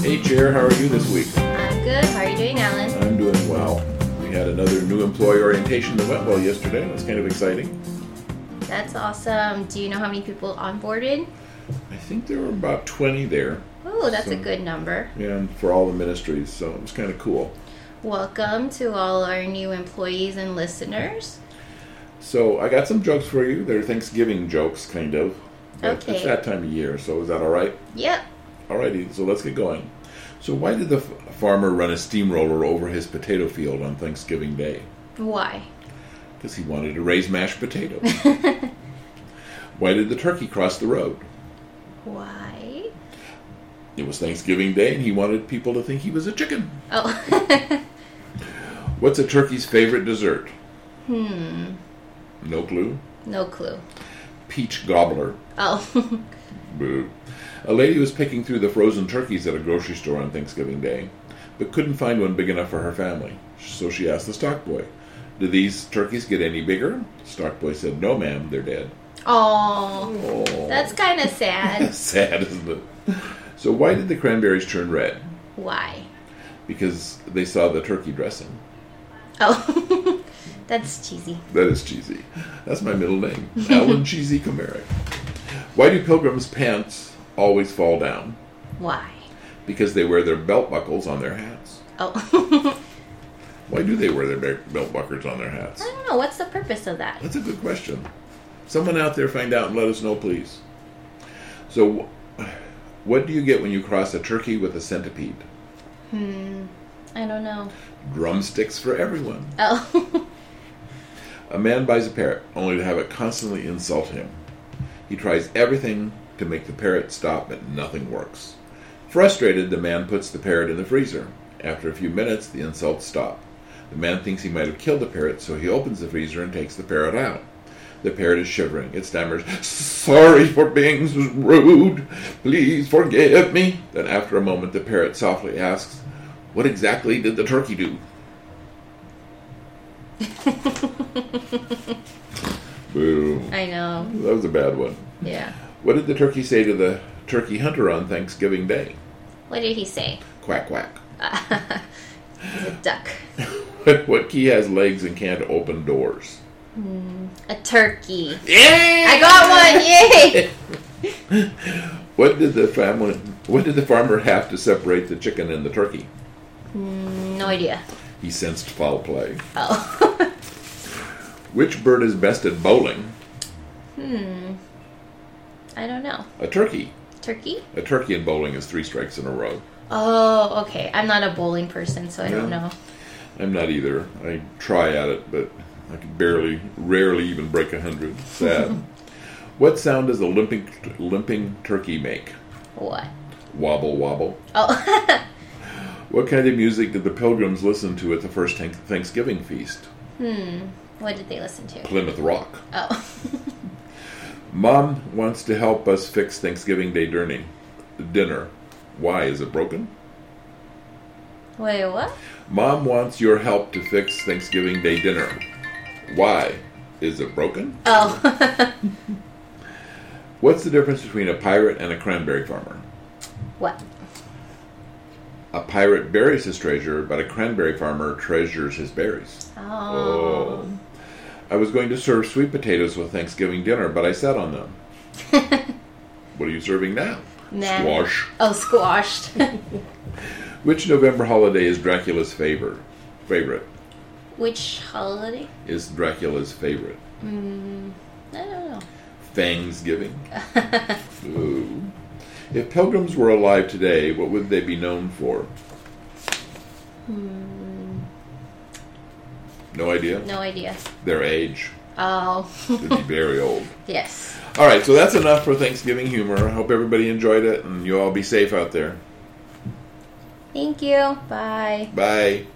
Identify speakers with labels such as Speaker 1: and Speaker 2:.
Speaker 1: Hey, Chair, how are you this week?
Speaker 2: I'm good. How are you doing, Alan?
Speaker 1: I'm doing well. We had another new employee orientation that went well yesterday. That's kind of exciting.
Speaker 2: That's awesome. Do you know how many people onboarded?
Speaker 1: I think there were about 20 there.
Speaker 2: Oh, that's a
Speaker 1: So-
Speaker 2: good number.
Speaker 1: And for all the ministries, so it was kind of cool.
Speaker 2: Welcome to all our new employees and listeners.
Speaker 1: So I got some jokes for you. They're Thanksgiving jokes, kind of. But
Speaker 2: Okay.
Speaker 1: It's that time of year, so is that all right?
Speaker 2: Yep.
Speaker 1: Alrighty, so let's get going. So why did the f- farmer run a steamroller over his potato field on Thanksgiving Day?
Speaker 2: Why?
Speaker 1: Because he wanted to raise mashed potatoes. why did the turkey cross the road?
Speaker 2: Why?
Speaker 1: It was Thanksgiving Day, and he wanted people to think he was a chicken.
Speaker 2: Oh,
Speaker 1: What's a turkey's favorite dessert? Hmm. No clue.
Speaker 2: no clue.
Speaker 1: Peach gobbler.
Speaker 2: Oh,
Speaker 1: Boo. A lady was picking through the frozen turkeys at a grocery store on Thanksgiving Day, but couldn't find one big enough for her family. So she asked the stockboy, "Do these turkeys get any bigger?" Stockboy said, "No, ma'am, they're dead."
Speaker 2: oh,
Speaker 1: Oh,
Speaker 2: that's kind of sad.
Speaker 1: sad, isn't it? So why did the cranberries turn red?
Speaker 2: Why?
Speaker 1: Because they saw the turkey dressing.
Speaker 2: Oh, that's cheesy.
Speaker 1: That is cheesy. That's my middle name, Alan Cheesy Comeric. Why do pilgrims' pants always fall down?
Speaker 2: Why?
Speaker 1: Because they wear their belt buckles on their hats.
Speaker 2: Oh,
Speaker 1: Why do they wear their be- belt buckles on their hats?
Speaker 2: I don't know. What's the purpose of that?
Speaker 1: That's a good question. Someone out there find out and let us know, please. So, wh- what do you get when you cross a turkey with a centipede?
Speaker 2: I don't know.
Speaker 1: Drumsticks for everyone.
Speaker 2: Oh,
Speaker 1: A man buys a parrot only to have it constantly insult him. He tries everything to make the parrot stop, but nothing works. Frustrated, the man puts the parrot in the freezer. After a few minutes, the insults stop. The man thinks he might have killed the parrot, so he opens the freezer and takes the parrot out. The parrot is shivering. It stammers, Sorry for being so rude. Please forgive me. Then, after a moment, the parrot softly asks, What exactly did the turkey do? Boo.
Speaker 2: I know.
Speaker 1: That was a bad one.
Speaker 2: Yeah.
Speaker 1: What did the turkey say to the turkey hunter on Thanksgiving Day?
Speaker 2: What did he say?
Speaker 1: Quack, quack.
Speaker 2: He's a duck.
Speaker 1: what key has legs and can't open doors?
Speaker 2: A turkey.
Speaker 1: Yeah!
Speaker 2: I got one! Yay!
Speaker 1: What did the family? What did the farmer have to separate the chicken and the turkey?
Speaker 2: No idea.
Speaker 1: He sensed foul play.
Speaker 2: Oh.
Speaker 1: Which bird is best at bowling?
Speaker 2: I don't know.
Speaker 1: A turkey.
Speaker 2: Turkey?
Speaker 1: A turkey in bowling is three strikes in a row.
Speaker 2: Oh, okay. I'm not a bowling person, so I don't
Speaker 1: No.
Speaker 2: know.
Speaker 1: I'm not either. I try at it, but I can barely, rarely even break a hundred. Sad. what sound does a limping, limping turkey make?
Speaker 2: What?
Speaker 1: Wobble, wobble.
Speaker 2: Oh.
Speaker 1: What kind of music did the pilgrims listen to at the first Thank- Thanksgiving feast?
Speaker 2: what did they listen to?
Speaker 1: Plymouth Rock.
Speaker 2: Oh.
Speaker 1: Mom wants to help us fix Thanksgiving Day dinner. Dinner. Why is it broken?
Speaker 2: Wait, what?
Speaker 1: Mom wants your help to fix Thanksgiving Day dinner. Why is it broken?
Speaker 2: Oh.
Speaker 1: What's the difference between a pirate and a cranberry farmer?
Speaker 2: what?
Speaker 1: A pirate buries his treasure, but a cranberry farmer treasures his berries.
Speaker 2: Oh.
Speaker 1: I was going to serve sweet potatoes with Thanksgiving dinner, but I sat on them. what are you serving now?
Speaker 2: Nah.
Speaker 1: Squash.
Speaker 2: Oh, squashed.
Speaker 1: Which November holiday is Dracula's favor? Favorite
Speaker 2: Which holiday?
Speaker 1: is Dracula's favorite.
Speaker 2: I don't know.
Speaker 1: Thanksgiving. Ooh. If pilgrims were alive today, what would they be known for? No idea.
Speaker 2: Hmm. No idea.
Speaker 1: Their age.
Speaker 2: Oh.
Speaker 1: They'd be very old.
Speaker 2: yes.
Speaker 1: All right, so that's enough for Thanksgiving humor. I hope everybody enjoyed it, and you all be safe out there.
Speaker 2: Thank you. Bye.
Speaker 1: Bye.